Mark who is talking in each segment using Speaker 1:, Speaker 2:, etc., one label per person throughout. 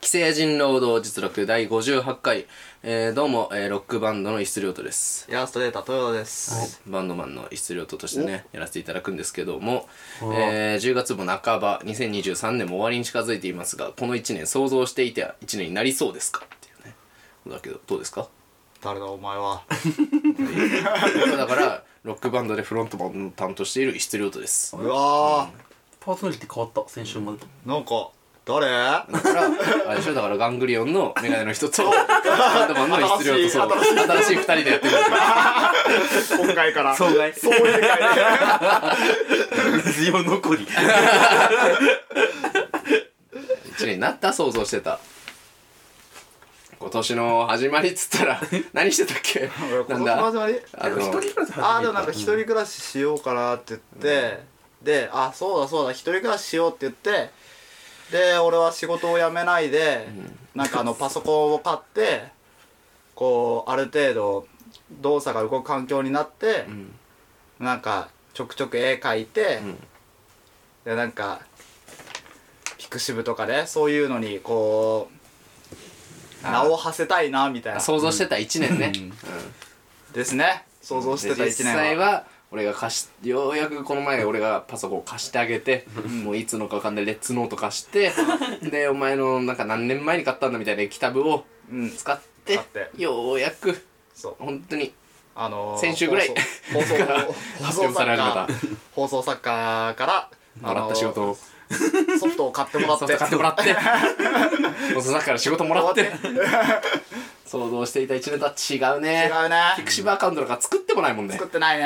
Speaker 1: 既成人労働実録第58回、えー、どうも、えー、ロックバンドの質量とです、
Speaker 2: イラストレーター豊田です、
Speaker 1: バンドマンの質量ととしてねやらせていただくんですけども、えー10月も半ば2023年も終わりに近づいていますがこの1年想像していた1年になりそうですかっていうねことだけどどうですか
Speaker 2: 誰だお前は
Speaker 1: だからロックバンドでフロントマンを担当している質量とです
Speaker 2: うわ
Speaker 3: パーソナリティ変わった先週 までと
Speaker 2: ーなんか誰
Speaker 1: だからあれでしょだからガングリオンのメガネの人とバンドマンの質量とそう
Speaker 2: 新
Speaker 1: 新しい2人でやってる
Speaker 2: 今回から
Speaker 3: そう 外
Speaker 2: そういう回
Speaker 3: ラジオ残り
Speaker 1: 1年になった想像してた今年の始まりっつっ たら何してたっけ
Speaker 2: 今
Speaker 1: なん
Speaker 2: 年の
Speaker 1: だ
Speaker 2: 始まり
Speaker 1: あの
Speaker 3: 一人暮らし始めた
Speaker 2: ああでもなんか一人暮らししようかなって言って、であそうだそうだ一人暮らししようって言ってで俺は仕事を辞めないで、なんかあのパソコンを買ってこうある程度動作が動く環境になって、なんかちょくちょく絵描いて、
Speaker 1: ん
Speaker 2: でなんかピクシブとかねそういうのにこう名を馳せたいなみたいな
Speaker 1: 想像してた1年ね、うん
Speaker 2: ですね想像してた
Speaker 1: で
Speaker 2: 一
Speaker 1: 実
Speaker 2: 年
Speaker 1: 際は俺が貸しようやくこの前俺がパソコンを貸してあげて、もういつのかわかんないレッツノート貸して でお前のなんか何年前に買ったんだみたいな液タブを
Speaker 2: うん
Speaker 1: 使って
Speaker 2: 買って
Speaker 1: ようやく
Speaker 2: そう
Speaker 1: 本当に
Speaker 2: あのー
Speaker 1: 先週ぐらい
Speaker 2: 放送
Speaker 1: から
Speaker 2: 放
Speaker 1: 発
Speaker 2: 送放送
Speaker 1: 表され始
Speaker 2: 作
Speaker 1: めた
Speaker 2: 家放送作家からあ
Speaker 1: もら
Speaker 2: の
Speaker 1: った仕事を
Speaker 2: ソフトを買ってもらっ
Speaker 1: ソフ
Speaker 2: て
Speaker 1: ト買ってもら ってお父さんから仕事もらって
Speaker 2: も
Speaker 1: 想像していた1年とは違うね
Speaker 2: らっ
Speaker 1: ピ
Speaker 2: て違うね
Speaker 1: クシブアカウントとか作ってもないもんね
Speaker 2: 作ってないね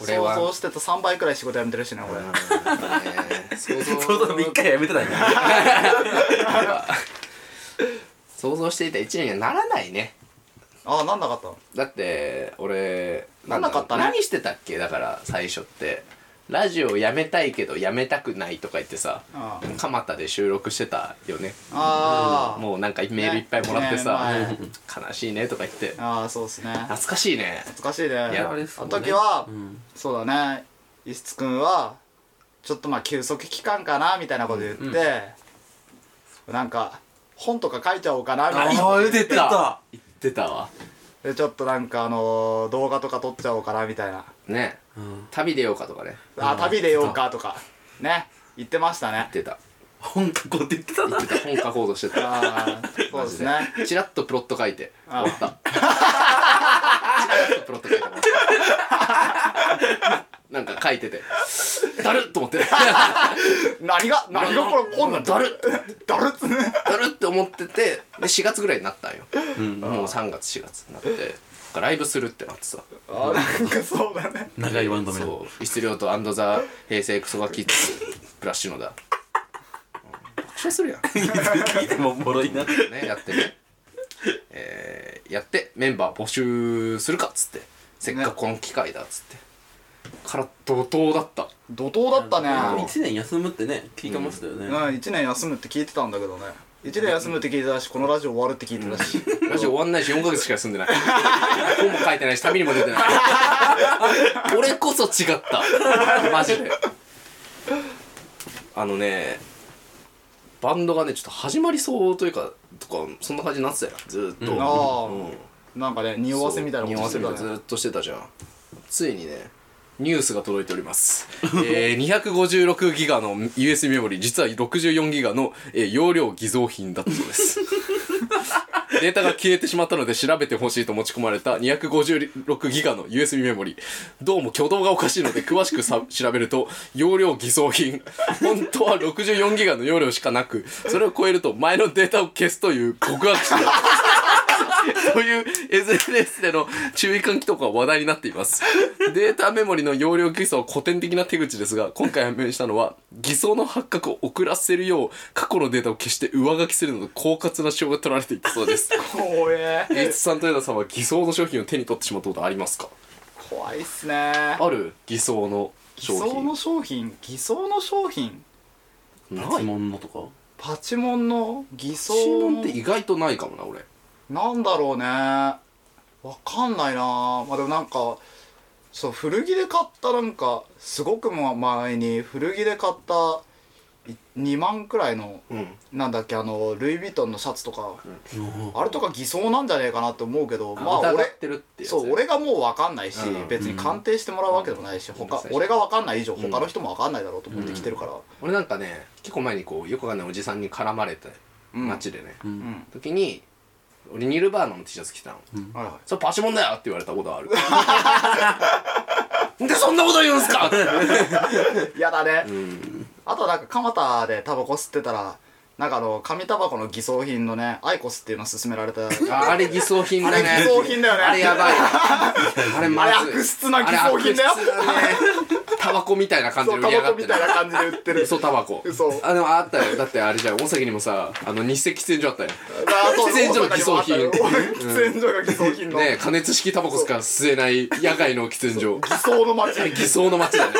Speaker 1: 俺は
Speaker 2: 想像してた3倍くらい仕事辞めてるしね俺
Speaker 1: 想像
Speaker 3: そうだ一回やめてたんや
Speaker 1: 想像していた1年にはならないね
Speaker 2: あなんなかったの
Speaker 1: だって俺
Speaker 2: なんなかったね
Speaker 1: 何してたっけだから最初ってラジオやめたいけどやめたくないとか言ってさ
Speaker 2: あ
Speaker 1: 蒲田で収録してたよね
Speaker 2: あー
Speaker 1: もうなんかメールいっぱいもらってさ
Speaker 2: ねね
Speaker 1: 悲しいねとか言って
Speaker 2: ああそうですね
Speaker 1: 懐かしいね
Speaker 2: 懐かしいね
Speaker 1: や
Speaker 2: あ
Speaker 1: あ
Speaker 2: の
Speaker 1: れ
Speaker 2: 時は
Speaker 3: うん
Speaker 2: そうだね石津君はちょっとまあ休息期間かなみたいなこと言って、なんか本とか書いちゃおうかなみたいな
Speaker 3: 言ってた
Speaker 1: 言ってたわ
Speaker 2: でちょっとなんかあのー動画とか撮っちゃおうかなみたいな
Speaker 1: ね
Speaker 3: うん
Speaker 1: 旅出ようかとかね
Speaker 2: あ旅出ようかとかね言ってましたね
Speaker 1: 言ってた
Speaker 3: 本格って言ってたな
Speaker 1: 言ってた本書こうとしてた
Speaker 2: ああそうですね
Speaker 1: チラッとプロット書いて
Speaker 2: あ
Speaker 1: 終わったチラッとプロット書いて終わったなんか書いててだるっと思って
Speaker 2: 何が何がこれこんなんだるだるっ つね
Speaker 1: だるって思っててで4月ぐらいになったんよ
Speaker 3: うん
Speaker 1: もう3月4月になってライブするってなってさ
Speaker 2: あなんかそうだね
Speaker 3: 長いワンドメの
Speaker 1: そう質量とアンドザ平成クソガキッズプラッシュのだうん爆笑するやん
Speaker 3: 聞いてもおもろいな
Speaker 1: ね、やってね、えーやってメンバー募集するかっつってせっかくこの機会だっつって、から怒涛だった
Speaker 2: 怒涛だったね
Speaker 3: 1年休むってね聞いてましたよね
Speaker 2: うん1年休むって聞いてたんだけどね1年休むって聞いてたしこのラジオ終わるって聞いてたし
Speaker 1: ラジオ終わんないし4ヶ月しか休んで ない本も書いてないし旅にも出てない俺こそ違ったマジであのねバンドがねちょっと始まりそうというかとかそんな感じになってたよずーっと、
Speaker 3: うん
Speaker 2: あ
Speaker 1: うん
Speaker 2: あなんかね匂わせみたいなことして
Speaker 1: 匂
Speaker 2: た
Speaker 1: わせみたいな
Speaker 2: ね
Speaker 1: ずっとしてたじゃんついにねニュースが届いております、えー、256ギガの US メモリ実は64ギガの、えー容量偽造品だったそうです データが消えてしまったので調べてほしいと持ち込まれた256ギガの USB メモリどうも挙動がおかしいので詳しくさ調べると容量偽造品本当は64ギガの容量しかなくそれを超えると前のデータを消すという告白してたそういう SNS での注意喚起とかが話題になっています。データメモリの容量偽装は古典的な手口ですが、今回判明したのは、偽装の発覚を遅らせるよう、過去のデータを消して上書きするので、狡猾な手法が取られていたそうです。
Speaker 2: 怖え
Speaker 1: エイツさんとエダさんは偽装の商品を手に取ってしまったことありますか
Speaker 2: 怖いっすね
Speaker 1: ある偽装の
Speaker 2: 偽
Speaker 1: 商
Speaker 2: 装
Speaker 1: 品
Speaker 2: の。商品偽装の商品
Speaker 1: ない。
Speaker 3: モンのとか
Speaker 2: パチモンの偽装
Speaker 1: 注
Speaker 2: の
Speaker 1: 文って意外とないかもな、俺。
Speaker 2: なんだろうねわかんないなまあでもなんかそう古着で買ったなんかすごくま前に古着で買った2万くらいの
Speaker 1: うん
Speaker 2: なんだっけあのルイ・ヴィトンのシャツとか、
Speaker 3: うん
Speaker 2: あれとか偽装なんじゃねえかなって思うけどまあ
Speaker 1: 疑
Speaker 2: 俺
Speaker 1: ってるってやつね
Speaker 2: そう俺がもう分かんないし、
Speaker 1: うん
Speaker 2: 別に鑑定してもらうわけでもないし、他
Speaker 1: うん
Speaker 2: 俺が分かんない以上
Speaker 1: う
Speaker 2: 他
Speaker 1: ん
Speaker 2: の人も分かんないだろうと思って来てるから、
Speaker 1: 俺なんかね結構前にこうよくわかんないおじさんに絡まれて
Speaker 2: うん
Speaker 1: 街でね、
Speaker 3: う
Speaker 2: うんん
Speaker 1: 時に俺ニルバーナの T シャツ着たの、
Speaker 2: はいはい
Speaker 1: それパシモンだよって言われたことある でそんなこと言うんすかって、
Speaker 2: やだね、
Speaker 1: うん、
Speaker 2: あとなんか蒲田でタバコ吸ってたらなんかあの紙タバコの偽装品のねアイコスっていうの勧められた
Speaker 1: ああれ偽装品だね
Speaker 2: あれ偽装品だよね
Speaker 1: あれやばいあれまずい
Speaker 2: あれ悪質な偽装品だよ
Speaker 1: あれ悪質だね タバコみたいな感じ
Speaker 2: そ
Speaker 1: で
Speaker 2: う
Speaker 1: 売
Speaker 2: タ
Speaker 1: りや
Speaker 2: バ
Speaker 1: がっ
Speaker 2: コ
Speaker 1: て
Speaker 2: み
Speaker 1: る
Speaker 2: たいな感じで売ってる
Speaker 1: 嘘タバコ
Speaker 2: 嘘
Speaker 1: あでもあったよだってあれじゃん大崎にもさあの日赤喫煙所あったよ
Speaker 2: あそう
Speaker 1: 喫煙所の偽装品
Speaker 2: 大阪にもあったよ喫煙所が偽装品の、
Speaker 1: ねえ加熱式タバコしか吸えない野外の喫煙所
Speaker 2: 偽装の街
Speaker 1: 偽装の街だね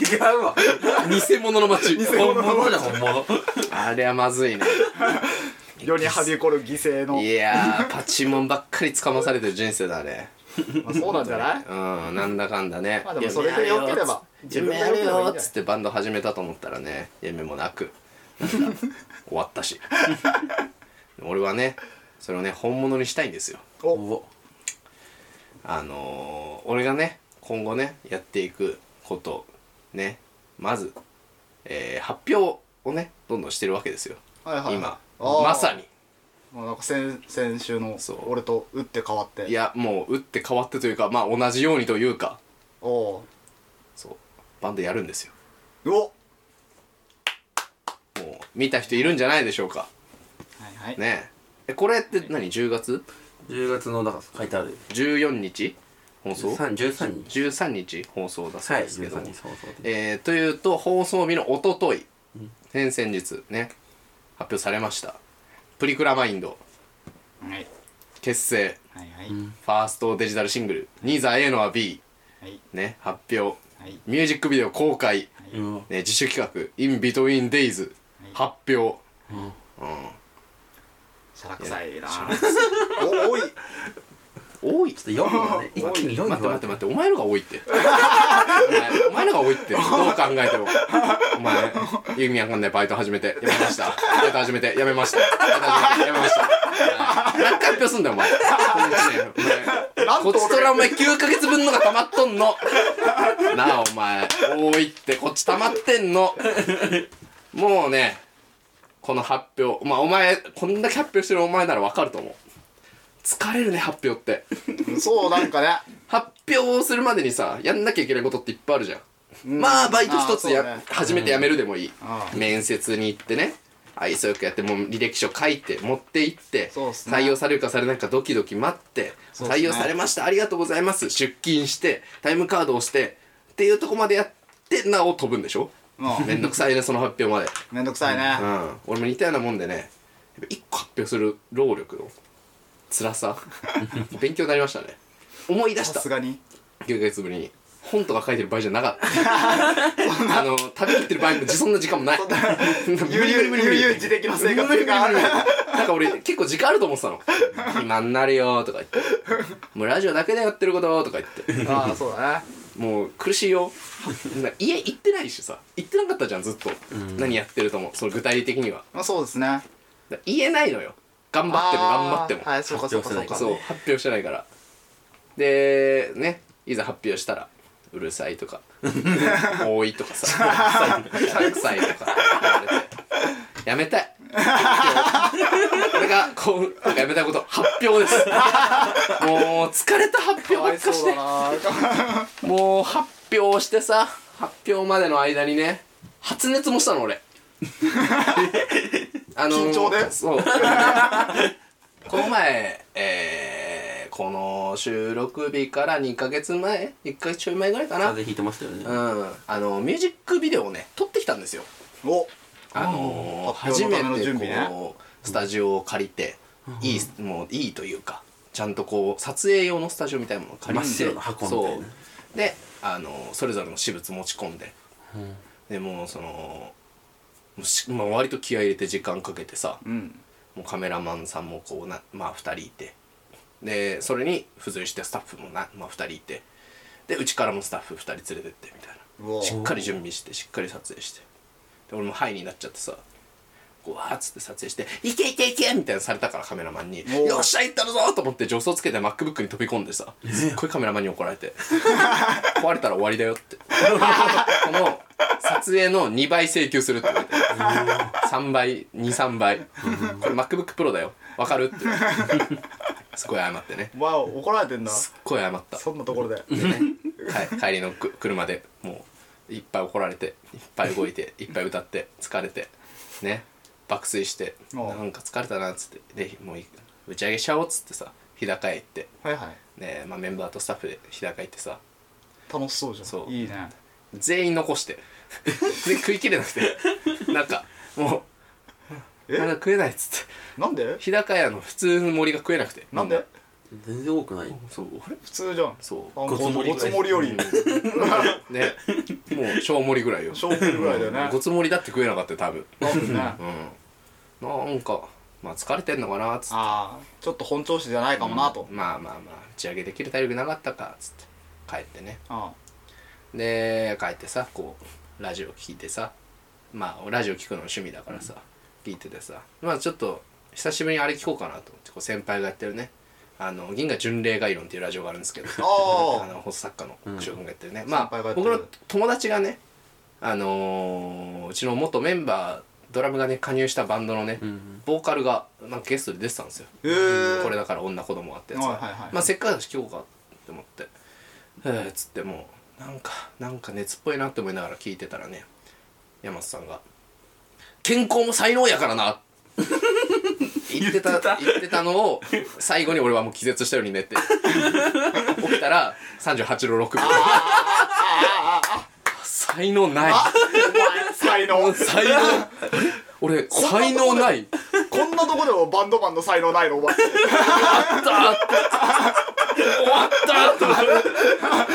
Speaker 3: 違うわ
Speaker 1: 偽物の街
Speaker 3: 本物だ本物
Speaker 1: あれはまずいね
Speaker 2: 世にはびこる犠牲の、
Speaker 1: いやーパチモンばっかりつかまされてる人生だね
Speaker 2: まあ、そうなんじゃない
Speaker 1: うんなんだかんだね
Speaker 2: まあでもそれでよければ
Speaker 1: 夢やる
Speaker 2: 自分でよければいい
Speaker 1: よ
Speaker 2: んじ
Speaker 1: っ
Speaker 2: ゃない
Speaker 1: つってバンド始めたと思ったらね夢もなくなんか終わったし 俺はねそれをね本物にしたいんですよ
Speaker 2: お
Speaker 3: お
Speaker 1: あのー、俺がね今後ねやっていくことねまず、えー発表をねどんどんしてるわけですよ
Speaker 2: はいはい
Speaker 1: 今
Speaker 2: あー
Speaker 1: まさに
Speaker 2: もうなんか先先週の
Speaker 1: そう
Speaker 2: 俺と打って変わって
Speaker 1: いやもう打って変わってというかまあ同じようにというか
Speaker 2: おお
Speaker 1: そうバンドやるんですよ
Speaker 2: うお
Speaker 1: もう見た人いるんじゃないでしょうか
Speaker 2: はいはい、
Speaker 1: ねええこれって何10月
Speaker 3: 10月のだから書いてある
Speaker 1: 14日放送
Speaker 3: 13 13日
Speaker 1: 13日放送だそう
Speaker 3: はい
Speaker 1: ですけども、
Speaker 3: 13日そうそうで
Speaker 1: えー、というと放送日のおととい先々日ね発表されましたプリクラマインド
Speaker 2: はい
Speaker 1: 結成
Speaker 2: はいはい、
Speaker 1: ファーストデジタルシングル「ニーザ A のは B
Speaker 2: はい」
Speaker 1: ね発表
Speaker 2: はい
Speaker 1: ミュージックビデオ公開、
Speaker 3: うん
Speaker 1: ね、自主企画「In Between Days」発表うん
Speaker 2: しゃらくさいなおおい
Speaker 1: 多い
Speaker 3: ちょっと読むわね一気に読む
Speaker 1: 待って待
Speaker 3: わ
Speaker 1: って待ってお前のが多いってお前お前のが多い ってどう考えてもお前意味わかんないバイト始めてやめましたバイト始めてやめましたバイト始めてやめましたお前何回発表すんだよお前この一年お前
Speaker 2: なん
Speaker 1: こ
Speaker 2: と俺
Speaker 1: っちとらお前9ヶ月分のが溜まっとんのなあお前多いってこっち溜まってんのもうねこの発表まあお前こんだけ発表してるお前ならわかると思う疲れるね発表って
Speaker 2: そうなんかね
Speaker 1: 発表をするまでにさやんなきゃいけないことっていっぱいあるじゃん、まあバイト一つや、
Speaker 2: あーそうね
Speaker 1: 初めて辞めるでもいい、
Speaker 2: ああ
Speaker 1: 面接に行ってね愛想よくやってもう履歴書書いて持って行って、
Speaker 2: そうっすね
Speaker 1: 採用されるかされないかドキドキ待って、
Speaker 2: そうっす
Speaker 1: 採
Speaker 2: ね
Speaker 1: 用されましたありがとうございます出勤してタイムカードを押してっていうとこまでやってなお飛ぶんでしょ
Speaker 2: うん
Speaker 1: めんどくさいねその発表 まで
Speaker 2: めんどくさいね、
Speaker 1: うん、俺も似たようなもんでねやっぱ一個発表する労力の辛 さ勉強になりましたね思い出し
Speaker 2: さ
Speaker 1: た
Speaker 2: すがに
Speaker 1: 9ヶ月ぶりに本とか書いてる場合じゃなかった あの食べきってる場合もそんな時間もない無理無理 無理無理無理
Speaker 2: 悠々自適の生活が
Speaker 1: 無理無理無理無理なんか俺結構時間あると思ってたの暇になるよとか言ってもうラジオだけでやってることとか言って
Speaker 2: ああそうだね
Speaker 1: もう苦しいよな家行ってないしさ行ってなかったじゃんずっと、何やってるともその具体的には
Speaker 2: まあそうですね
Speaker 1: だから言えないのよ頑張っても頑張っても、
Speaker 2: あーはいそうかそうかそう
Speaker 3: 発表
Speaker 2: か
Speaker 3: して
Speaker 1: そう発表してないからでねいざ発表したらうるさい とか多いとかさ臭い臭いとか言われてやめたいこれがこう今回やめたいこと発表です もう疲れた発表
Speaker 2: か
Speaker 1: ば
Speaker 2: わ
Speaker 1: っ
Speaker 2: い
Speaker 1: かし
Speaker 2: そう
Speaker 1: て
Speaker 2: だな
Speaker 1: もう発表してさ発表までの間にね発熱もしたの 俺あ
Speaker 2: 緊張で
Speaker 1: そう この前えー、この収録日から2ヶ月前1ヶ月ちょい前ぐらいかな
Speaker 3: 風邪ひいてましたよね
Speaker 1: うんあのミュージックビデオをね撮ってきたんですよ
Speaker 2: お
Speaker 1: あのー、
Speaker 2: 発
Speaker 1: 初
Speaker 2: 表
Speaker 1: め
Speaker 2: のための準備ね
Speaker 1: てこうスタジオを借りて、いいもういいというかちゃんとこう撮影用のスタジオみたいなものを借りて
Speaker 3: 真っ白な箱みたいなね
Speaker 1: そうであのーそれぞれの私物持ち込んで、でもうそのもうし、まあ、割と気合い入れて時間かけてさ、
Speaker 2: うん
Speaker 1: もうカメラマンさんもこうなまあ2人いてでそれに付随してスタッフもな、まあ、2人いてでうちからもスタッフ2人連れてってみたいな
Speaker 2: うお
Speaker 1: しっかり準備してしっかり撮影してで俺もハイになっちゃってさこうわーっつって撮影して「いけいけいけ!」みたいなのされたからカメラマンに「
Speaker 2: おう
Speaker 1: よっしゃ行ったるぞ!」と思って助走つけて MacBook に飛び込んでさすっごいカメラマンに怒られて「壊れたら終わりだよ」ってこの撮影の2倍請求するって言われて3倍23倍これ MacBookPro だよわかるってすごい謝ってね
Speaker 2: わお怒られてんだ
Speaker 1: すっごい謝った
Speaker 2: そんなところで
Speaker 1: でね、はい、帰りのく車でもういっぱい怒られていっぱい動いていっぱい歌って疲れてね爆睡して
Speaker 2: おう
Speaker 1: なんか疲れたなっつってでもういい打ち上げしちゃおうっつってさ日高屋行って
Speaker 2: はいはい
Speaker 1: で、まあ、メンバーとスタッフで日高行ってさ
Speaker 2: 楽しそうじゃん
Speaker 1: そう
Speaker 2: いいね
Speaker 1: 全員残して で食いきれなくてなんかもう
Speaker 2: え
Speaker 1: まだ食えないっつって
Speaker 2: なんで
Speaker 1: 日高屋の普通の森が食えなくて
Speaker 2: なんで
Speaker 3: 全然多くない
Speaker 1: そうあれ
Speaker 2: 普通じゃんあ
Speaker 1: そう
Speaker 2: ご
Speaker 3: ごつ
Speaker 2: つ
Speaker 3: 盛り
Speaker 2: ごつ盛りより
Speaker 1: ねもう小盛りぐらいよ
Speaker 2: 小盛りぐらいだよね
Speaker 1: ごつ盛りだって食えなかったよ多分
Speaker 2: なんでねあ
Speaker 1: うん、なんか、まあ、疲れてんのかなっつって
Speaker 2: あーちょっと本調子じゃないかもなと
Speaker 1: まあまあまあ打ち上げできる体力なかったかっつって帰ってね
Speaker 2: あ
Speaker 1: で帰ってさこうラジオ聞いてさまあラジオ聞くの趣味だからさ、聞いててさまあちょっと久しぶりにあれ聞こうかなと思ってこう先輩がやってるねあの銀河巡礼概論っていうラジオがあるんです けど
Speaker 2: あー
Speaker 1: あのホス作家の
Speaker 3: うん
Speaker 1: 久保君がやってるね、ま
Speaker 2: 先輩がや
Speaker 1: あ
Speaker 2: って
Speaker 1: 僕
Speaker 2: る
Speaker 1: の友達がねあのーうちの元メンバードラムがね加入したバンドのね、
Speaker 3: うん
Speaker 1: ボーカルがなんかゲストで出てたんですよ、
Speaker 2: へー
Speaker 1: これだから女子供がってやつ
Speaker 2: はいはいはい
Speaker 1: まあ、せっかくだし聞こうかって思ってえーっつってもうなんかなんか熱っぽいなって思いながら聞いてたらね山瀬さんが「健康も才能やから な」言ってた言ってたのを最後に俺はもう気絶したように寝て起きたら38度6分才能ない
Speaker 2: あ才能
Speaker 1: 才能あれ俺才能ない
Speaker 2: こんなとこでもバンドマンの才能ないのお前
Speaker 1: 終わった終わった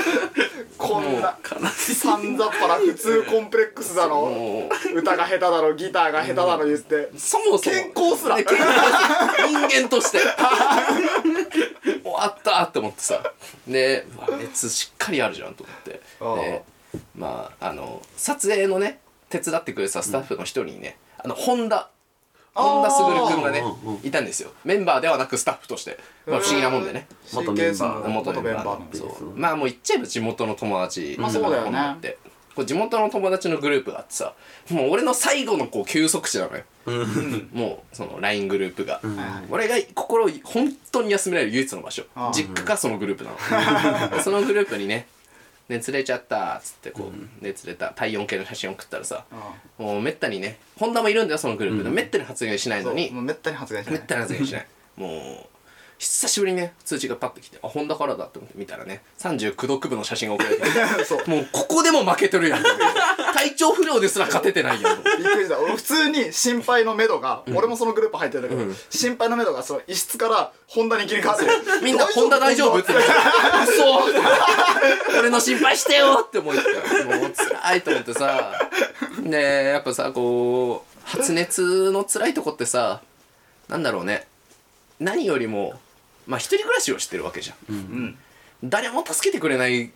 Speaker 2: こんな
Speaker 3: 悲し
Speaker 2: さんざっぱら普通コンプレックスだの
Speaker 1: もう
Speaker 2: 歌が下手だのギターが下手だの言って
Speaker 1: そもそも
Speaker 2: 健康すら
Speaker 1: ね健康人間として 終わったって思ってさでうわ熱しっかりあるじゃんと思って
Speaker 2: ああ
Speaker 1: でまああの撮影のね手伝ってくれてたスタッフの一人にね、あの本田本田卓君がね
Speaker 3: うんうん
Speaker 1: いたんですよメンバーではなくスタッフとして、まあ、不思議なもんでね
Speaker 2: 神経質な
Speaker 3: あ
Speaker 2: 元メンバーの
Speaker 3: ー
Speaker 1: そ
Speaker 3: ベースの
Speaker 1: うまあもう言っちゃえば地元の友達
Speaker 2: まあそうだよね
Speaker 1: ってこう地元の友達のグループがあってさもう俺の最後のこう休息地なのよもうその LINE グループが、
Speaker 2: はい
Speaker 1: 俺が心を本当に休められる唯一の場所
Speaker 2: ああ
Speaker 1: 実家かそのグループな のそのグループにね「ねつれちゃった」っつってこう、ねつれた体温計の写真送ったらさ
Speaker 2: あ
Speaker 1: もうめったにね本田もいるんだよそのグループで、めったに発言しない
Speaker 2: そ
Speaker 1: の
Speaker 2: う
Speaker 1: に
Speaker 2: もうめったに発言しな
Speaker 1: め
Speaker 2: い
Speaker 1: った な発言しないもう久しぶりにね通知がパッと来てあ本田からだって思って見たらね39度区分の写真が送られてきて
Speaker 2: そう
Speaker 1: もうここでも負けてるやん体調不良ですら勝ててないやん
Speaker 2: びっくりした俺普通に心配のメドが、俺もそのグループ入ってるんだけど、
Speaker 1: うん
Speaker 2: 心配のメドがその一室から本田に切り替わって
Speaker 1: みんな「本田大丈夫?」って言って「嘘俺の心配してよ!」って思ってもう辛いと思ってさねえやっぱさこう発熱の辛いとこってさなんだろうね何よりもまあ一人暮らしをしてるわけじゃん
Speaker 2: うん
Speaker 1: 誰も助けてくれない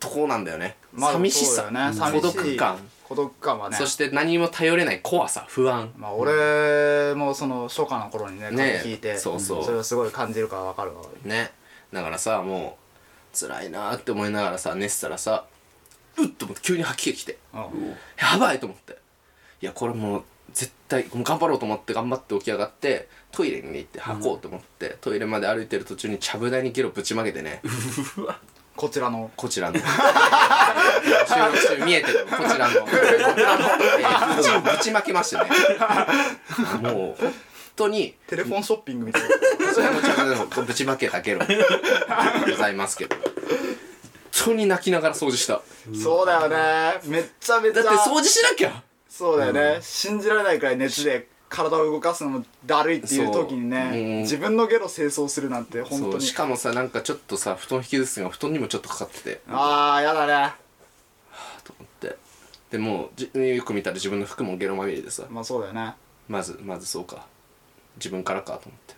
Speaker 1: とこなんだよね、
Speaker 2: まあ
Speaker 1: 寂しさ
Speaker 2: そうだよね
Speaker 1: 孤
Speaker 2: 寂し
Speaker 1: 独
Speaker 2: い
Speaker 1: 感
Speaker 2: 孤独感はね
Speaker 1: そして何にも頼れない怖さ不安
Speaker 2: まあ俺もその初夏の頃にね
Speaker 1: ね
Speaker 2: 聞いて
Speaker 1: そうそう
Speaker 2: れをすごい感じるからわかるわ
Speaker 1: ねだからさもう辛いなーって思いながらさ寝てたらさうっと思って急に吐き気が来て
Speaker 2: うん
Speaker 1: やばいと思っていやこれもう絶対もう頑張ろうと思って頑張って起き上がってトイレに行って吐こうと思って、トイレまで歩いてる途中にちゃぶ台にゲロぶちまけてね
Speaker 2: こちらの
Speaker 1: こちらの収録中見えてるこちらのこちらの、えー、ぶちぶちまけましてねもう本当に
Speaker 2: テレフォンショッピングみたいな
Speaker 1: それもちゃんとぶちまけたゲロございますけど本当に泣きながら掃除した
Speaker 2: そうだよねめっちゃめち
Speaker 1: だ
Speaker 2: ゃ
Speaker 1: って掃除しなきゃ
Speaker 2: そうだよね、信じられないくらい熱で体を動かすのもだるいっていう時
Speaker 1: そうう
Speaker 2: に
Speaker 1: ん
Speaker 2: ね自分のゲロ清掃するなんて本
Speaker 1: そ
Speaker 2: 当
Speaker 1: う
Speaker 2: に
Speaker 1: しかもさなんかちょっとさ布団引きずすのが布団にもちょっとかかってて
Speaker 2: ああやだね
Speaker 1: と思ってでもうじよく見たら自分の服もゲロまみれでさ
Speaker 2: まあそうだよね
Speaker 1: まずまずそうか自分からかと思って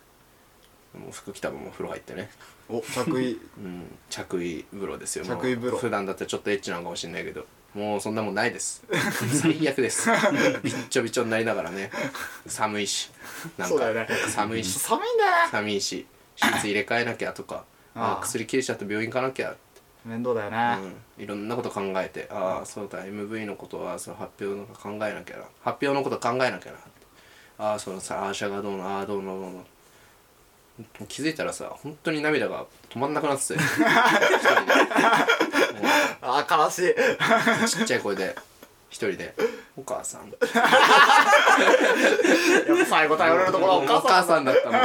Speaker 1: もう服着たままお風呂入ってね
Speaker 2: お着衣
Speaker 1: うん着衣風呂ですよ
Speaker 2: 着衣風呂
Speaker 1: もう普段だったらちょっとエッチなのかもしれないけどもうそんなもんないです 最悪です びっちょびちょになりながらね寒いしなん
Speaker 2: そう
Speaker 1: か
Speaker 2: だよね
Speaker 1: 寒いし
Speaker 2: 寒いんだよね
Speaker 1: 寒いし手術入れ替えなきゃとか
Speaker 2: ああ
Speaker 1: ああ薬切れちゃって病院行かなきゃ、
Speaker 2: 面倒だよね、
Speaker 1: うん、いろんなこと考えてああそうだ MV のことはその発表のこと考えなきゃな発表のこと考えなきゃなああそのさアーシャがどうのああどうのどうの気づいたらさ本当に涙が止まんなくなってて一人で
Speaker 2: あー 悲しい
Speaker 1: ちっちゃい声で一人で「お母さん」
Speaker 2: やっぱ最後頼れるところはお母さん
Speaker 1: だったもん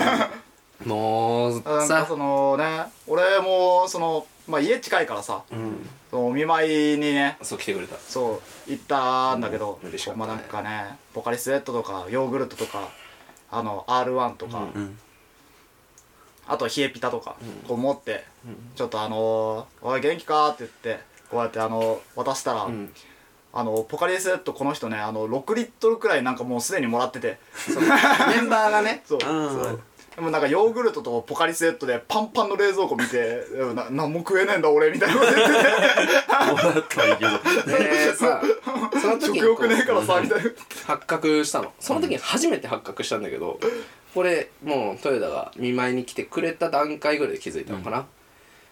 Speaker 1: もう
Speaker 2: なんか
Speaker 1: さ
Speaker 2: そのね俺もその、まあ、家近いからさ、そのお見舞いにね
Speaker 1: そう来てくれた
Speaker 2: そう行ったんだけど、
Speaker 1: うん嬉しかったね
Speaker 2: まあなんかねポカリスエットとかヨーグルトとかあの R1 とか、
Speaker 3: ん
Speaker 2: あと冷えピタとか、こう持って、ちょっとあのー「おい元気か?」って言ってこうやってあの渡したら、
Speaker 1: ん
Speaker 2: あのポカリスエットこの人ねあの6リットルくらいなんかもうすでにもらってて
Speaker 1: メンバーがね
Speaker 2: そう
Speaker 3: うん
Speaker 2: でもなんかヨーグルトとポカリスエットでパンパンの冷蔵庫見て「うんな何も食えねえんだ俺」みたいなこと言って て
Speaker 3: もらったはいいけど
Speaker 1: でさその時に
Speaker 2: 食
Speaker 1: こう
Speaker 2: 欲ねえからさみたいな
Speaker 1: 発覚したのその時に初めて発覚したんだけどこれもうトヨタが見舞いに来てくれた段階ぐらいで気づいたのかな、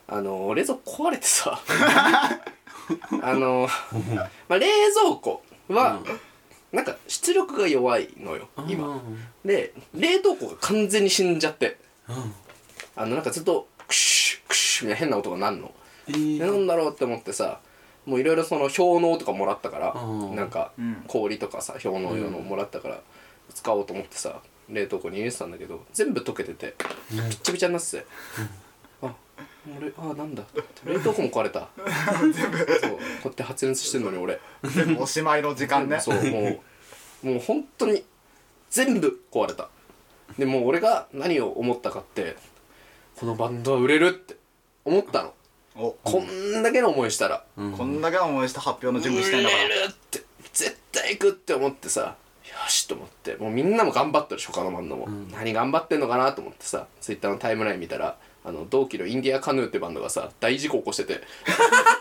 Speaker 1: あの冷蔵庫壊れてさ あの、まあ、冷蔵庫は、なんか出力が弱いのよ今、で冷凍庫が完全に死んじゃって、あのなんかずっとクシュクシュみたいな変な音が鳴るの、
Speaker 3: え
Speaker 1: で
Speaker 3: ー
Speaker 1: なんだろうって思ってさもういろいろその氷のとかもらったから、
Speaker 3: うん
Speaker 1: なんか
Speaker 2: うん
Speaker 1: 氷とかさ氷の用のもらったから使おうと思ってさ冷凍庫に入れてたんだけど全部溶けててピッチャピチャになってて、あ俺あなんだ冷凍庫も壊れ たそうこうやって発熱してんのに俺
Speaker 2: 全部おしまいの時間ね
Speaker 1: そうもうもう本当に全部壊れたでもう俺が何を思ったかってこのバンドは売れるって思ったの
Speaker 2: お
Speaker 1: こんだけの思いしたら
Speaker 2: こんだけの思いして発表の準備してんだか
Speaker 1: 売れるって絶対行くって思ってさよしと思ってもうみんなも頑張ってる初夏のバンドも、何頑張ってんのかなと思ってさツイッターのタイムライン見たらあの同期のインディアカヌーってバンドがさ大事故起こしてて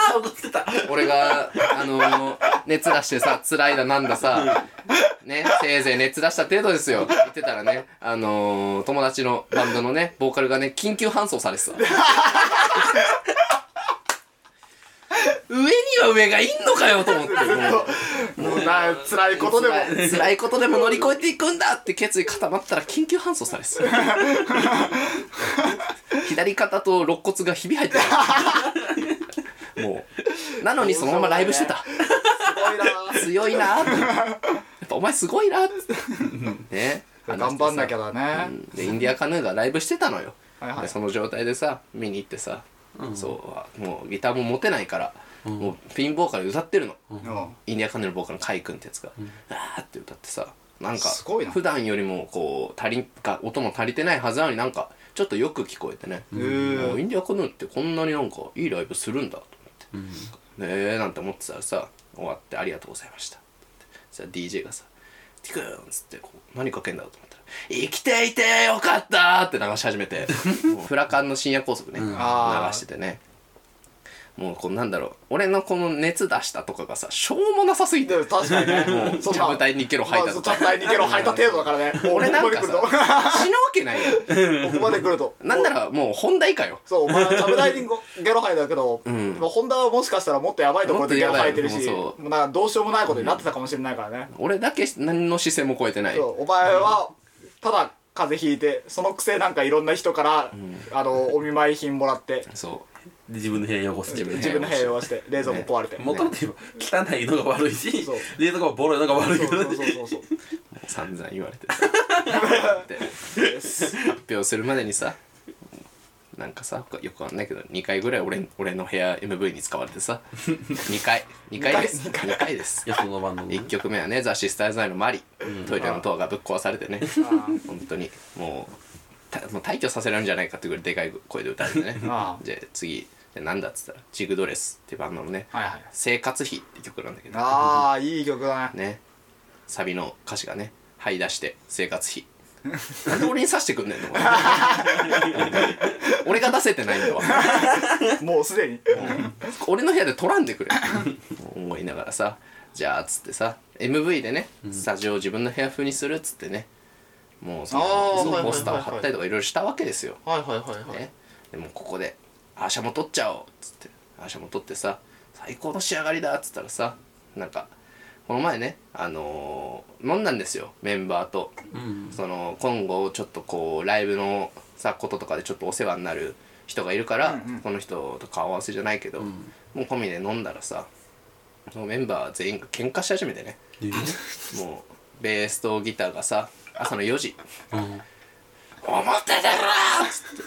Speaker 3: あ怒ってた
Speaker 1: 俺が、あの熱出してさ、辛いだなんださ、ね、せいぜい熱出した程度ですよ。言ってたらね、あのー友達のバンドのね、ボーカルがね、緊急搬送されてさ。上には上がいんのかよと 思って。もう
Speaker 2: らもうな辛いことでも
Speaker 1: 辛い辛いことでも乗り越えていくんだって決意固まったら緊急搬送されてさ左肩と肋骨がひび入ってるもうなのにそのままライブしてた
Speaker 2: すごいな
Speaker 1: 強いなーってやっぱお前すごい なーってね
Speaker 2: 頑張んなきゃ
Speaker 1: ゃ
Speaker 2: だね
Speaker 1: でインディアカヌーがライブしてたのよ、
Speaker 2: はいはい
Speaker 1: でその状態でさ見に行ってさ、そうもうギターも持てないから、もうピンボーカルで歌ってるの、
Speaker 2: うん
Speaker 1: インディアカヌーのボーカルのカイ君ってやつが、あーって歌ってさなんか
Speaker 2: すごいな
Speaker 1: 普段よりもこう足りんか音も足りてないはずなのになんかちょっとよく聞こえてね、
Speaker 2: ー
Speaker 1: あインディアカヌーってこんなになんかいいライブするんだと思って、ねえなんて思ってたらさ終わって「ありがとうございました」って言ってさ DJ がさ「ティクーン」っつってこう何かけんだろうと思ったら「生きていてよかった!」って流し始めてもうフラカンの深夜高速ね、流
Speaker 2: あー
Speaker 1: しててねもうこうなんだろう俺のこの熱出したとかがさしょうもなさすぎて
Speaker 2: でも確かにね
Speaker 1: もう
Speaker 2: そん
Speaker 1: ち
Speaker 2: な
Speaker 1: ゃぶ台にケロ吐いた
Speaker 2: まあそう
Speaker 1: とか
Speaker 2: ちゃぶ台にケロ吐いた程度だからねもう
Speaker 1: 俺なん
Speaker 2: ここまで
Speaker 1: か
Speaker 2: 来
Speaker 1: さ
Speaker 2: る
Speaker 1: 死
Speaker 2: と
Speaker 1: ぬわけないよ
Speaker 2: ここまで来ると
Speaker 1: なんならもう本題かよ
Speaker 2: そうお前ちゃぶ台にゲロ吐いたけどでもホンダはもしかしたらもっとやばいところでゲロ吐いてるし
Speaker 1: もっとやばいよもうそう
Speaker 2: もうなんかどうしようもないことになってたかもしれないからね
Speaker 1: 俺だけ何の視線も超えてない
Speaker 2: そうお前はただ風邪ひいてそのくせなんかいろんな人からあのお見舞い品もらって
Speaker 1: そ
Speaker 3: で自分の部屋に汚すっていう
Speaker 1: 自
Speaker 2: 自分の部 屋をして冷蔵庫壊れて
Speaker 3: もともと言えば汚いのが悪いし
Speaker 2: そう
Speaker 3: 冷蔵庫はボロいのが悪い
Speaker 2: そう
Speaker 3: け
Speaker 2: そう
Speaker 3: ど
Speaker 2: そうそうそう
Speaker 1: うもう散々言われて さで
Speaker 2: です
Speaker 1: 発表するまでにさなんかさよくわかんないけど2回ぐらい俺俺の部屋 MV に使われて さ2回2回です
Speaker 2: 二回
Speaker 1: 2回です
Speaker 3: いやそのバンドのね
Speaker 1: 1曲目はね「ザ・シスターズ・アイのマリ」トイレのドアがぶっ壊されてね本当にもうたもう退去させられるんじゃないかってぐらいでかい声で歌ってね
Speaker 2: ああ
Speaker 1: じゃあ次でなんだっつったら「ジグドレス」っていうバンドのね
Speaker 2: はいはい
Speaker 1: 「生活費」って曲なんだけど
Speaker 2: ああいい曲だね
Speaker 1: ねサビの歌詞がね「はい出して生活費なんで俺に刺してくんねんの俺が出せてないんだわ
Speaker 2: もうすでに
Speaker 1: 俺の部屋で取らんでくれ思いながらさじゃあつってさ MV でねスタジオを自分の部屋風にするっつってねもうその
Speaker 2: あー
Speaker 1: その
Speaker 2: はいはいはいはい
Speaker 1: ポスターを貼ったりとかいろいろしたわけですよ、
Speaker 2: はいはいはいはい
Speaker 1: ね、でもここで「あーシャも撮っちゃおう」っつってあーシャも撮ってさ最高の仕上がりだっつったらさなんかこの前ねあのー飲んだんですよメンバーと
Speaker 3: うん
Speaker 1: その今後ちょっとこうライブのさこととかでちょっとお世話になる人がいるから、
Speaker 2: うんうん
Speaker 1: この人と顔合わせじゃないけど、
Speaker 3: ん
Speaker 1: もう込みで飲んだらさそのメンバー全員が喧嘩し始めてね
Speaker 3: え
Speaker 1: もうベースとギターがさ朝の4時
Speaker 3: うん
Speaker 1: 「思ってたろ!」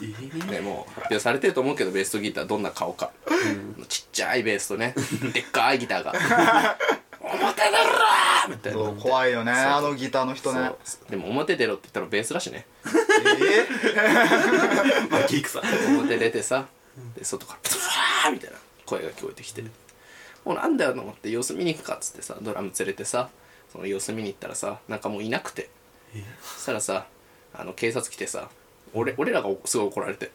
Speaker 3: えー
Speaker 1: ね、もう発表されてると思うけどベースとギターどんな顔か、ちっちゃいベースとねでっかいギターが「表出ろ!」みたいな
Speaker 2: そう怖いよね
Speaker 1: そう
Speaker 2: あのギターの人ね
Speaker 1: そうでも表出ろって言ったらベースだしね
Speaker 2: え
Speaker 3: まあキークさん
Speaker 1: 表出てさで外から「プトラー!」みたいな声が聞こえてきて「もうなんだよ」と思って様子見に行くかっつってさドラム連れてさその様子見に行ったらさなんかもういなくてそしたらさあの警察来てさ俺俺らがすごい怒られ て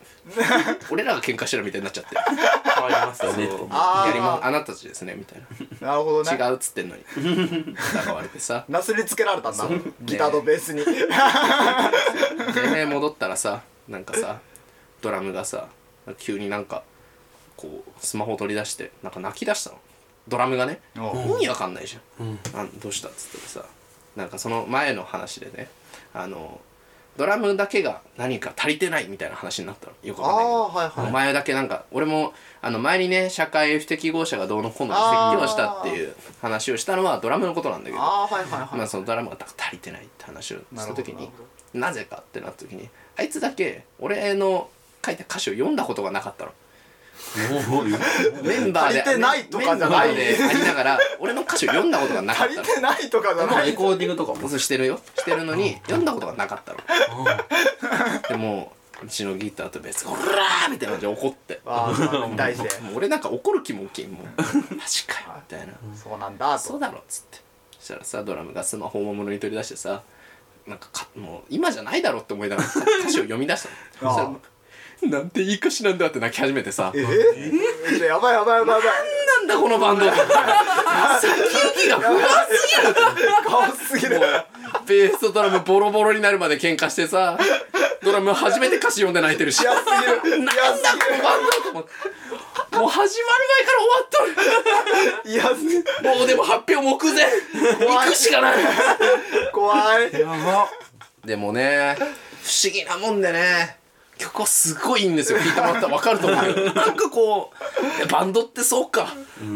Speaker 1: 俺らが喧嘩してるみたいになっちゃって
Speaker 3: 変わりますよね
Speaker 1: そう
Speaker 2: あー
Speaker 1: やりもんあなたたちですねみたいな
Speaker 2: えなるほどね
Speaker 1: 違うっつってんのに疑われてさ
Speaker 2: なすりつけられたんだギターとベースに
Speaker 1: で戻ったらさなんかさドラムがさ急になんかこうスマホ取り出してなんか泣き出したのドラムがね
Speaker 2: お
Speaker 1: 意
Speaker 2: う
Speaker 1: 味わかんないじゃん、
Speaker 3: うん
Speaker 1: あどうしたっつったらさなんかその前の話でねあのドラムだけが何か足りてないみたいな話になったのよくわかんないけど
Speaker 2: あーはいは
Speaker 1: お
Speaker 2: い
Speaker 1: 前だけなんか俺もあの前にね社会不適合者がどうのこうので説教したっていう話をしたのはドラムのことなんだけど
Speaker 2: ああはいはい
Speaker 1: ま
Speaker 2: は
Speaker 1: あ
Speaker 2: い
Speaker 1: そのドラムが足りてないって話を
Speaker 2: な
Speaker 1: した
Speaker 2: るほど
Speaker 1: 時
Speaker 2: なる
Speaker 1: に
Speaker 2: ほ
Speaker 1: なぜかってなった時にあいつだけ俺の書いた歌詞を読んだことがなかったの
Speaker 3: もう
Speaker 1: メンバーで
Speaker 2: 足りてないとかじゃない
Speaker 1: メンバーでありながら俺の歌詞を読んだことがなかっ
Speaker 2: 足
Speaker 1: た
Speaker 2: り
Speaker 1: の
Speaker 2: てないとかじゃな
Speaker 3: レ
Speaker 2: い
Speaker 3: コーディングとかも
Speaker 1: ボスしてるよしてるのに読んだことがなかったのでもううちのギターと別に「オラー!」みたいな感じで怒って
Speaker 2: ああ対して
Speaker 1: もう俺なんか怒る気も起きん もうマジかよみたいな
Speaker 2: そうなんだ
Speaker 1: そ
Speaker 2: と
Speaker 1: うだろっつってそしたらさドラムがスマホをものに取り出してさなんかかもう今じゃないだろって思いながら歌詞を読み出したの
Speaker 2: ああ
Speaker 1: そしたらなんていい歌詞なんだって泣き始めてさ
Speaker 2: ええやばいやばいやばいやばい
Speaker 1: なんだこのバンド先行きが不安すぎる
Speaker 2: 顔すぎる
Speaker 1: もうベースとドラムボロボロになるまで喧嘩してさドラム初めて歌詞読んで泣いてるし
Speaker 2: 嫌すぎる
Speaker 1: なんだこのバンドと思ってもう始まる前から終わっとる
Speaker 2: 嫌すぎる
Speaker 1: もうでも発表目前 行くしかない
Speaker 2: 怖い
Speaker 3: やば
Speaker 1: でもね不思議なもんでね曲はすごいいいんですよ聴いてもらったら分かると思うけど なんかこういやバンドってそうか、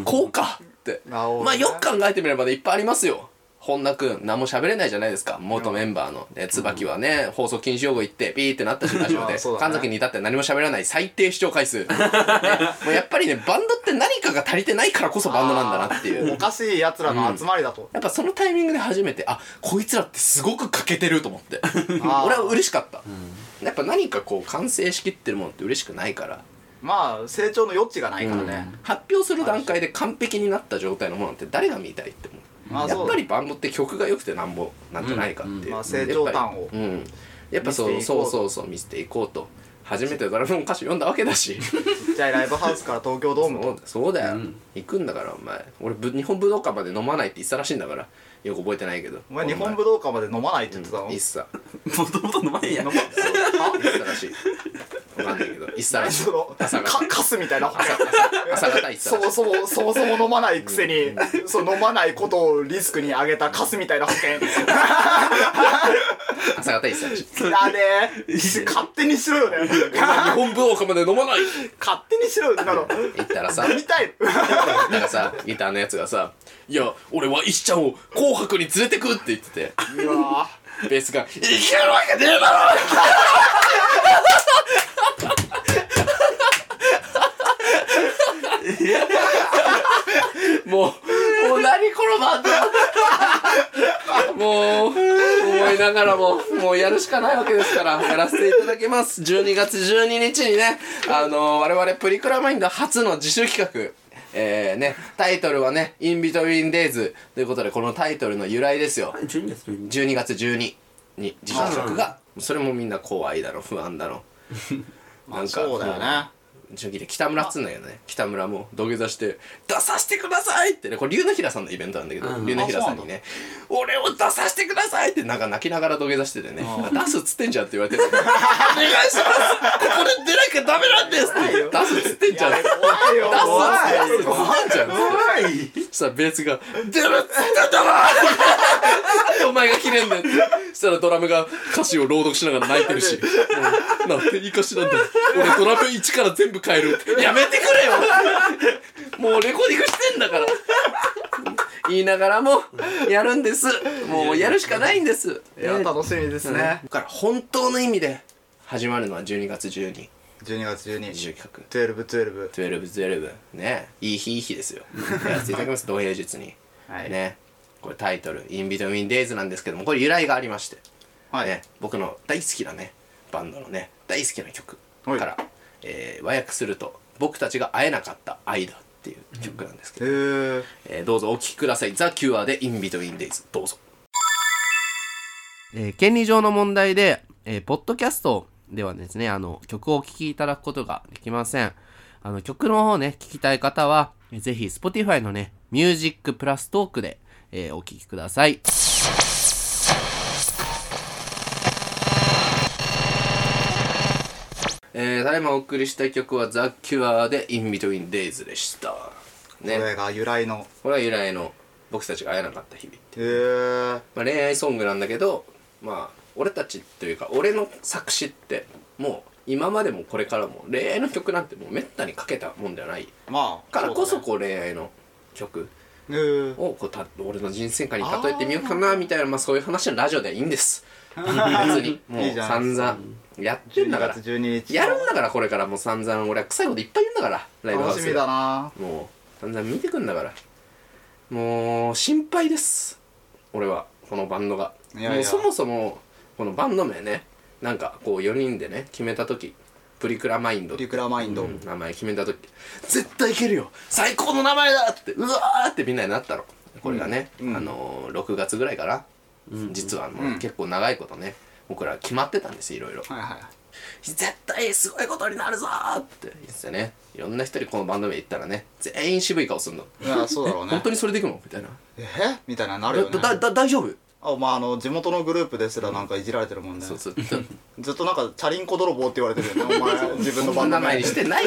Speaker 1: こうかって
Speaker 2: なるほどね
Speaker 1: まあよく考えてみればねいっぱいありますよ本田君何も喋れないじゃないですか元メンバーの、ね、椿はね、放送禁止用語言ってピーってなったしラジオ
Speaker 2: ま
Speaker 1: で、
Speaker 2: あそうだね
Speaker 1: 神崎に至って何も喋らない最低視聴回数、ね、もうやっぱりねバンドって何かが足りてないからこそバンドなんだなっていう
Speaker 2: おかしい奴らの集まりだと
Speaker 1: やっぱそのタイミングで初めてあこいつらってすごく欠けてると思って俺
Speaker 2: あー
Speaker 1: は嬉しかった、やっぱ何かこう完成しきってるものって嬉しくないから、
Speaker 2: まあ成長の余地がないから
Speaker 1: うん
Speaker 2: ね
Speaker 1: 発表する段階で完璧になった状態のものって誰が見たいって思う
Speaker 2: まあ
Speaker 1: や
Speaker 2: そ
Speaker 1: っ
Speaker 2: う
Speaker 1: ぱりバンドって曲が良くてなんぼなんじゃないかっていう、
Speaker 3: うん
Speaker 2: まあ成長端を
Speaker 1: やっぱりうんやっぱそ
Speaker 2: 見
Speaker 1: う
Speaker 2: せていこ
Speaker 1: そううそうそう見せていこうと初めてドラムの歌詞読んだわけだ し
Speaker 2: ちっちゃいライブハウスから東京ドーム
Speaker 1: そ
Speaker 2: と
Speaker 1: うそうだよ、
Speaker 3: うん
Speaker 1: 行くんだからお前俺ぶ日本武道館まで飲まないって言ってたらしいんだからよく覚えてないけど
Speaker 2: お前日本武道館まで飲まないって言ってたの
Speaker 1: 一茶
Speaker 3: もともとの前や
Speaker 2: 飲まは
Speaker 1: 一茶らしいわかんないけど一茶らしい
Speaker 2: その
Speaker 1: 朝が
Speaker 2: かカスみたいな
Speaker 1: 朝朝方一茶
Speaker 2: そ
Speaker 1: ら
Speaker 2: も
Speaker 1: しい
Speaker 2: そもそもそも飲まないくせに、そう飲まないことをリスクに上げたカスみたいな保険
Speaker 1: 朝方一茶らしい
Speaker 2: だね勝手にしろよね
Speaker 1: 日本武道館まで飲まない
Speaker 2: 勝手にしろよなの
Speaker 1: 行ったらさ
Speaker 2: 飲みたい
Speaker 1: なんかさギターのやつがさ「いや俺は石ちゃんを紅白に連れてく」って言ってて
Speaker 2: うわ
Speaker 1: ベースが「いけるわけねえだろ!」もう、もう何このバンドもう、思いながらも、もうやるしかないわけですから、やらせていただきます。12月12日にね、あの我々プリクラマインド初の自主企画。えーね、タイトルはね、In Between Days ということで、このタイトルの由来ですよ。
Speaker 3: 12月12
Speaker 1: 12月12に自社客がそれもみんな怖いだろ不安だろ
Speaker 2: まあそうだよね
Speaker 1: 純喜で北村っつうんだけどね北村も土下座して「出させてください!」ってねこれ龍之平さんのイベントなんだけど、
Speaker 3: うん
Speaker 1: 龍之平さんにね「俺を出させてください!」ってなんか泣きながら土下座しててね「出すっつってんじゃん」って言わ れて「お願いしますこれ出なきゃダメなんです!」って「出すっつってん じゃん」って
Speaker 2: 怖いよ
Speaker 1: 出すっつってんじゃん」って「出すっつってんじゃん」って
Speaker 3: 怖い
Speaker 1: そしたらベースが「出るっつってんだろ!」なんでお前が切れんだよってそしたらドラムが歌詞を朗読しながら泣いてるし「もうなんていい歌詞なんだ俺ドラム1から全部変える」やめてくれよもうレコーディングしてんだから言いながらもやるんですもうやるしかないんです
Speaker 2: いや楽しみですね
Speaker 1: だから本当の意味で始まるのは12月12
Speaker 2: 12月12
Speaker 1: 20曲
Speaker 2: 12 12
Speaker 1: 12、12ねいい日いい日です よやらせていただきます土平日に
Speaker 2: はい
Speaker 1: ねこれタイトル「インビトミンデイズなんですけどもこれ由来がありまして、
Speaker 2: はい
Speaker 1: ね、僕の大好きなねバンドのね大好きな曲か
Speaker 2: はい
Speaker 1: ら、えー和訳すると「僕たちが会えなかった愛だ」っていう曲なんですけ
Speaker 2: え
Speaker 1: ど、
Speaker 2: ー
Speaker 1: えーどうぞお聴きください「ザ・キュア」で「インビトミンデイズどうぞ。
Speaker 4: えー権利上の問題で、えーポッドキャストではですね、あの、曲をお聴きいただくことができません。あの、曲の方ね、聴きたい方は、えーぜひ、Spotify のね、ミュージックプラストークで、えーお聴きください。
Speaker 1: えー、ただいまお送りした曲は「ザ・キュア」で「インビトミンデイズでした
Speaker 2: こ
Speaker 1: ね
Speaker 2: れが由来の
Speaker 1: これは由来の「僕たちが会えなかった日々」
Speaker 2: えー
Speaker 1: まあ、恋愛ソングなんだけどまあ俺たちというか俺の作詞ってもう今までもこれからも恋愛の曲なんてもうめったにかけたもんじゃない
Speaker 2: まあ
Speaker 1: からこ
Speaker 2: そ
Speaker 1: そう
Speaker 2: だね
Speaker 1: こう恋愛の曲
Speaker 2: えー
Speaker 1: をこうた俺の人生観に例えてみようかなみたいなまあそういう話のラジオではいいんです 別にもう
Speaker 2: い
Speaker 1: い
Speaker 2: じゃない
Speaker 1: 散
Speaker 2: です
Speaker 1: 々やってん
Speaker 2: 12
Speaker 1: だから
Speaker 2: 月12日
Speaker 1: やるんだからこれからもう散々俺は臭いこといっぱい言うんだからライブハウ
Speaker 2: 楽
Speaker 1: ス
Speaker 2: し
Speaker 1: で
Speaker 2: みだな
Speaker 1: もう散々見てくんだからもう心配です俺はこのバンドが
Speaker 2: いや
Speaker 1: も
Speaker 2: いや
Speaker 1: うそもそもこのバンド名ねなんかこう4人でね決めた時プリクラマインドって
Speaker 2: リクラマインド
Speaker 1: うん名前決めた時絶対いけるよ最高の名前だってうわーってみんなになったのこれがね、
Speaker 2: うん
Speaker 1: あのー、6月ぐらいから、実はもう、
Speaker 2: うん
Speaker 1: 結構長いことね僕ら決まってたんですいろいろ
Speaker 2: はいはい
Speaker 1: 絶対すごいことになるぞーって言ってねいろんな人にこのバンド名言ったらね全員渋い顔すんの
Speaker 2: いやそうだろうね
Speaker 1: 本当にそれでいくのみたいな、
Speaker 2: えみたいななるよ
Speaker 1: だ
Speaker 2: ね
Speaker 1: だだ大丈夫
Speaker 2: あまああの地元のグループですらなんかいじられてるもんね
Speaker 1: そうそう
Speaker 2: ずっとなんかチャリンコ泥棒って言われてるよねお前自分 の
Speaker 1: そ
Speaker 2: バ
Speaker 1: ん
Speaker 2: ン
Speaker 1: な
Speaker 2: ド
Speaker 1: 前
Speaker 2: 名
Speaker 1: にして ない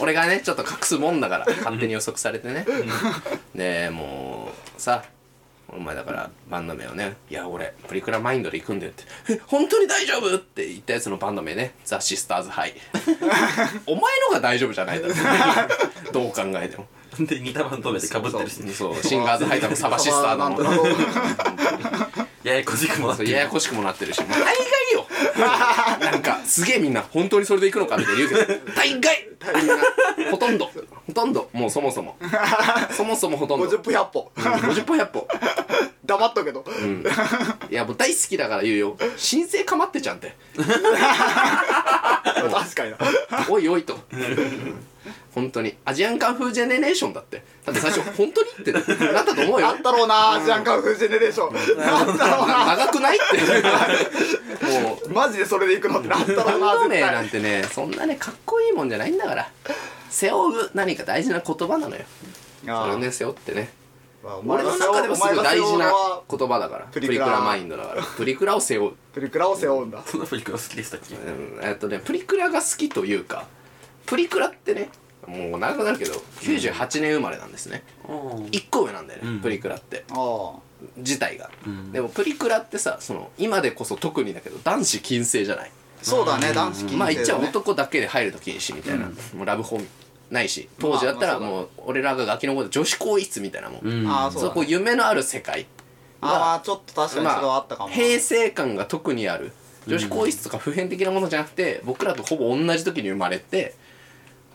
Speaker 1: 俺がねちょっと隠すもんだから勝手に予測されてねでもうさお前だからバンド名をね「いや俺プリクラマインドで行くんだよ」って「え本当に大丈夫?」って言ったやつのバンド名ね「ザ・シスターズ・ハ イ」お前のが大丈夫じゃないだろどう考えても
Speaker 3: で似たバンド名で被ってるし
Speaker 1: そうシンガーズ・ハイ多分サバシスターだ
Speaker 2: なん
Speaker 1: も
Speaker 2: と
Speaker 1: ん
Speaker 2: か どう
Speaker 3: ややこしくもなっ
Speaker 1: そ
Speaker 3: て
Speaker 1: う
Speaker 3: る
Speaker 1: ややこしくもなってるしもう大概よなんかすげえみんな本当にそれでいくのかみたいな言うけど大概みんなほとんどほとんどもうそもそもそもそもほとんど
Speaker 2: 50分100歩
Speaker 1: 50歩100歩
Speaker 2: 黙っとけど
Speaker 1: いやもう大好きだから言うよ申請かまってちゃんって
Speaker 2: 確かにな
Speaker 1: おいおいと本当にアジアンカンフージェネレーションだってだって最初本当にってなったと思うよ
Speaker 2: あったろうなアジアンカンフージェネレーションあったろうな
Speaker 1: 長くないってもう
Speaker 2: マジでそれで行くのってあったろう
Speaker 1: バン
Speaker 2: な
Speaker 1: ド
Speaker 2: 絶
Speaker 1: 名な
Speaker 2: 対
Speaker 1: んてねそんなねかっこいいもんじゃないんだから背負う何か大事な言葉なのよそれをね背負ってね
Speaker 2: まあお
Speaker 1: 俺
Speaker 2: 前
Speaker 1: の
Speaker 2: が背負
Speaker 1: 中で
Speaker 2: う
Speaker 1: は
Speaker 2: お
Speaker 1: すご
Speaker 2: 前
Speaker 1: い
Speaker 2: が
Speaker 1: 大
Speaker 2: 背負
Speaker 1: 事
Speaker 2: うの
Speaker 1: な
Speaker 2: は
Speaker 1: 言葉だからプ
Speaker 2: プ
Speaker 1: リ
Speaker 2: リ
Speaker 1: ク
Speaker 2: クラ
Speaker 1: ラマインドだからプリクラを背負う、
Speaker 2: プリクラを背負うんだ
Speaker 3: そんなプリクラ好きでしたっけ
Speaker 1: うん、えっとねプリクラが好きというかプリクラってねもう長くなるけど98年生まれなんですね、1個上なんだよね、
Speaker 3: うん
Speaker 1: プリクラって
Speaker 2: ああ
Speaker 1: 自体が、
Speaker 3: ん
Speaker 1: でもプリクラってさその今でこそ特にだけど男子禁制じゃない
Speaker 2: そうだね男子禁制だね
Speaker 1: まあ一応男だけで入ると禁止みたいな、もうラブホないし当時だったら
Speaker 2: まあまあ
Speaker 1: もう俺らがガキの頃で女子更衣室みたいなもん、
Speaker 3: うん
Speaker 2: ああそう
Speaker 1: そ
Speaker 2: だ
Speaker 1: こ夢のある世界
Speaker 2: あまあちょっと確かにそれはあったかもな
Speaker 1: 平成感が特にある女子更衣室とか普遍的なものじゃなくて、僕らとほぼ同じ時に生まれて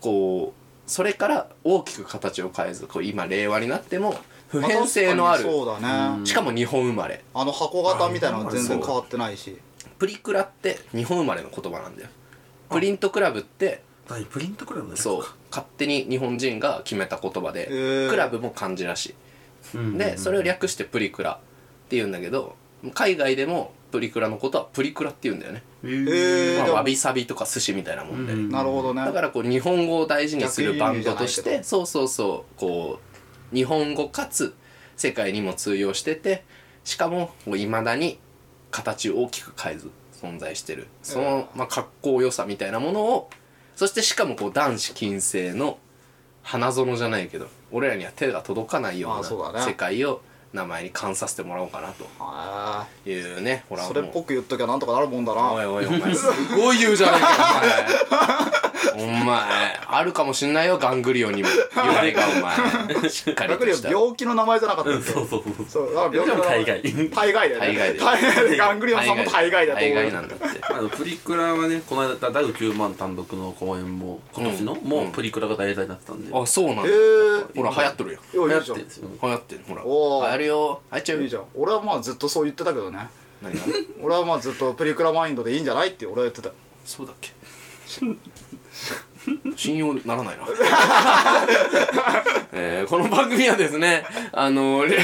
Speaker 1: こうそれから大きく形を変えずこう今令和になっても普
Speaker 2: まあ
Speaker 1: 遍性のある、
Speaker 2: 確かにそうだね
Speaker 1: しかも日本生まれ
Speaker 2: あの箱型みたいなの全然変わってないし
Speaker 1: プリクラって日本生まれの言葉なんだよプリントクラブって
Speaker 3: 何プリントクラブだよ
Speaker 1: そう勝手に日本人が決めた言葉で、
Speaker 2: へー
Speaker 1: クラブも漢字らしい、
Speaker 3: うん
Speaker 1: でそれを略してプリクラって言うんだけど海外でもプリクラのことはプリクラって言うんだよね、
Speaker 3: え
Speaker 2: え
Speaker 1: ま
Speaker 2: ー
Speaker 1: あ、わびさびとか寿司みたいなもんで、
Speaker 3: うん
Speaker 2: なるほどね
Speaker 1: だからこう日本語を大事にするバンドとし
Speaker 2: 逆輸入じゃないけ
Speaker 1: てそうそうそうこう日本語かつ世界にも通用しててしかもいまだに形を大きく変えず存在してるその、まあ、格好良さみたいなものをそしてしかもこう男子禁制の花園じゃないけど俺らには手が届かないよ
Speaker 2: まあそううだ
Speaker 1: な
Speaker 2: ね
Speaker 1: 世界を名前に冠させてもらおうかな
Speaker 2: あ
Speaker 1: というねほ
Speaker 2: ー
Speaker 1: ら
Speaker 2: それっ
Speaker 1: もう
Speaker 2: ぽく言っときゃなんとかなるもんだ
Speaker 1: おい
Speaker 2: な
Speaker 1: おいお前すごい言うじゃないかお前お前あるかもしんないよガングリオンにも言われがお前しっかり
Speaker 2: 逆
Speaker 1: と
Speaker 2: に
Speaker 1: した
Speaker 2: 病気の名前じゃなかった
Speaker 3: う
Speaker 2: っ
Speaker 3: ん
Speaker 2: け
Speaker 3: そうそうそう
Speaker 2: そうだから
Speaker 3: で
Speaker 2: 病気の
Speaker 3: も
Speaker 2: 名
Speaker 3: 大
Speaker 2: 前
Speaker 3: 概
Speaker 2: 大概だよね
Speaker 1: 大概で
Speaker 2: でガングリオンさんも大概だと思う
Speaker 1: 大概なんだって
Speaker 3: あのプリクラはねこの間ダウ9万単独の公演も今年の、
Speaker 1: うん
Speaker 3: もうプリクラが題材になってたんで、
Speaker 1: あそうなんだ
Speaker 2: へー
Speaker 1: ほら流行っとるよ
Speaker 2: いやい
Speaker 3: や
Speaker 2: い
Speaker 3: っ
Speaker 2: じ
Speaker 3: て
Speaker 2: ゃ
Speaker 3: るんですよ
Speaker 1: 流行ってるほら
Speaker 2: おー
Speaker 1: 流行るよ流行っちゃうん
Speaker 2: いいじゃん俺はまあずっとそう言ってたけどね
Speaker 1: 何が
Speaker 2: 俺はまあずっとプリクラマインドでいいんじゃないって俺は言ってた
Speaker 1: そうだっけ信用ならない な、えーこの番組はですねあのリ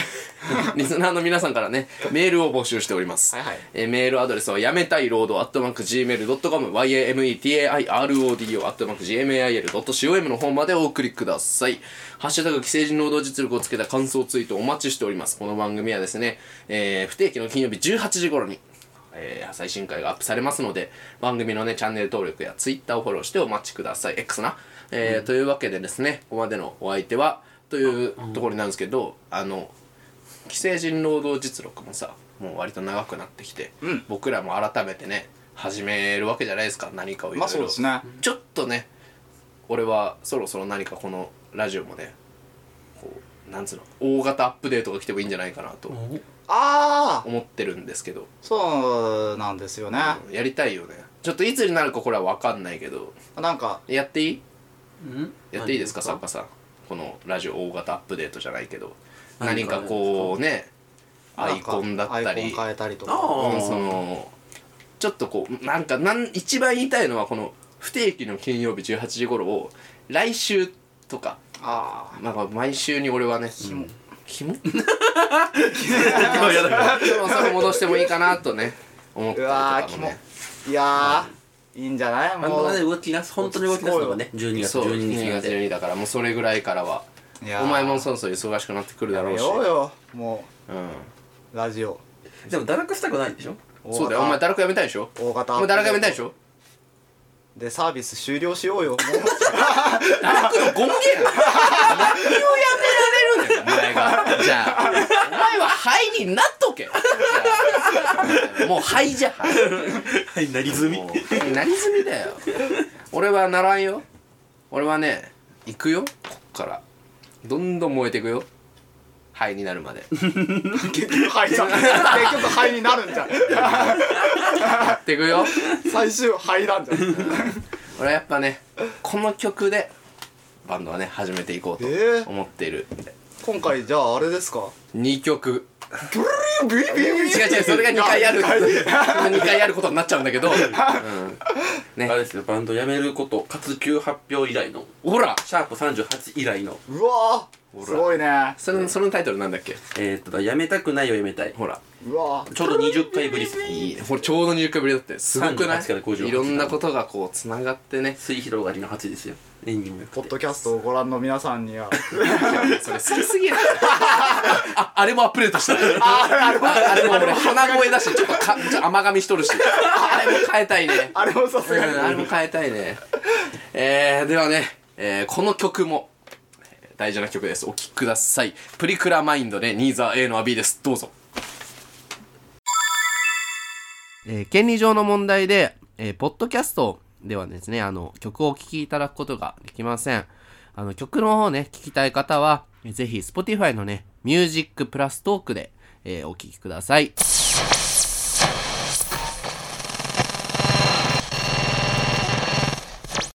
Speaker 1: リスナーの皆さんからねメールを募集しております、
Speaker 2: はいはい
Speaker 1: えーメールアドレスはやめたいロードアットマーク Gmail.com yametairodo アットマーク gmail.com の方までお送りくださいハッシュタグ既成人労働実力をつけた感想ツイートお待ちしておりますこの番組はですね、えー不定期の金曜日18時頃にえー最新回がアップされますので番組のねチャンネル登録や Twitter をフォローしてお待ちください X な、えーというわけでですねここまでのお相手はというところになるんですけどあの既成人労働実録もさもう割と長くなってきて、僕らも改めてね始めるわけじゃないですか何かをいろいろ
Speaker 2: まあそうですね
Speaker 1: ちょっとね俺はそろそろ何かこのラジオもねこうなんつうの大型アップデートが来てもいいんじゃないかなと
Speaker 2: ああ
Speaker 1: 思ってるんですけど、
Speaker 2: そうなんですよね
Speaker 1: やりたいよねちょっといつになるかこれは分かんないけど
Speaker 2: なんか
Speaker 1: やっていい
Speaker 3: うん
Speaker 1: やっていいですか
Speaker 3: 何
Speaker 1: 作家さんこのラジオ大型アップデートじゃないけど何
Speaker 3: 何か
Speaker 1: かこうねアイコンだった
Speaker 2: アイ
Speaker 1: り
Speaker 2: コン変えたりとか
Speaker 3: あー
Speaker 1: うんそのちょっとこうなんかなん一番言いたいのはこの不定期の金曜日18時頃を来週とか
Speaker 2: あ
Speaker 1: なんか毎週に俺はねキモキモ で
Speaker 3: 今やだ
Speaker 1: もそれ戻してもいいかなとね思っ
Speaker 2: あう
Speaker 1: た
Speaker 2: わ
Speaker 1: り
Speaker 2: ー
Speaker 1: と
Speaker 2: キ
Speaker 1: かも
Speaker 2: モ
Speaker 1: ね
Speaker 2: いやーいいんじゃない
Speaker 3: バンド
Speaker 2: も
Speaker 3: がね
Speaker 2: う
Speaker 3: 動き出す本当に動き出すのがね12月
Speaker 1: そう
Speaker 3: 12日
Speaker 1: 12
Speaker 3: ま
Speaker 1: 月
Speaker 3: で
Speaker 1: 12だからもうそれぐらいからはい
Speaker 2: やー
Speaker 1: お前もそろそろ忙しくなってくるだろうし
Speaker 2: ようよも
Speaker 1: うん
Speaker 2: うラジオ
Speaker 3: でも堕落したくないんでしょ
Speaker 1: そうだよお前堕落やめたいでしょ
Speaker 2: 大型
Speaker 1: お前堕落やめたいでしょ
Speaker 2: でサービス終了しようよもう
Speaker 1: 堕落の権限何をやめられるんだよお前がじゃあお前は灰になっとけじゃあもう灰じゃ灰
Speaker 3: はいなりず
Speaker 1: もう灰になりすぎだよ俺はならんよ俺はね行くよこっからどんどん燃えていくよ灰になるまで
Speaker 2: 結局灰じゃん 結局灰になるんじゃん
Speaker 1: やっていくよ
Speaker 2: 最終灰なんじゃん
Speaker 1: 俺はやっぱねこの曲でバンドはね始めていこう
Speaker 2: え
Speaker 1: と
Speaker 2: ー
Speaker 1: 思っている、
Speaker 2: 今回じゃああれですか
Speaker 1: 2曲
Speaker 2: ビリビリビリ
Speaker 1: 違う違うそれが2回やる2回やることになっちゃうんだけど、うん
Speaker 3: あれですよバンド辞めること活休発表以来の
Speaker 1: ほら
Speaker 3: シャープ38以来の
Speaker 2: うわーすごいね
Speaker 1: そのそのタイトルなんだっけ
Speaker 3: えーっとだ辞めたくないを辞めたい
Speaker 1: ほら
Speaker 2: うわー
Speaker 3: ちょうど20回ぶりです
Speaker 1: いいねほらちょうど20回ぶりだってすごくない
Speaker 3: 38から58
Speaker 1: いろんなことがこうつながって ね
Speaker 3: 水広がりの8ですよ演技もよ
Speaker 2: ポ
Speaker 3: く
Speaker 2: ッ
Speaker 3: て
Speaker 2: ドキャストをご覧の皆さんには
Speaker 1: それ好きすぎるああれもアップデートした ああれも俺鼻声だしちょっとかちょっと甘噛みしと るしあれも変えたいね
Speaker 2: あれもさすがに
Speaker 1: うんあれも変えたいね。えー、ではね、えーこの曲も、えー大事な曲です。お聴きください。プリクラマインドで、ニーザー A のアビーです。どうぞ。
Speaker 4: えー権利上の問題で、えーポッドキャストではですね、あの、曲をお聴きいただくことができません。あの、曲の方ね、聞きたい方は、えーぜひ、Spotify のね、ミュージックプラストークで、えーお聴きください。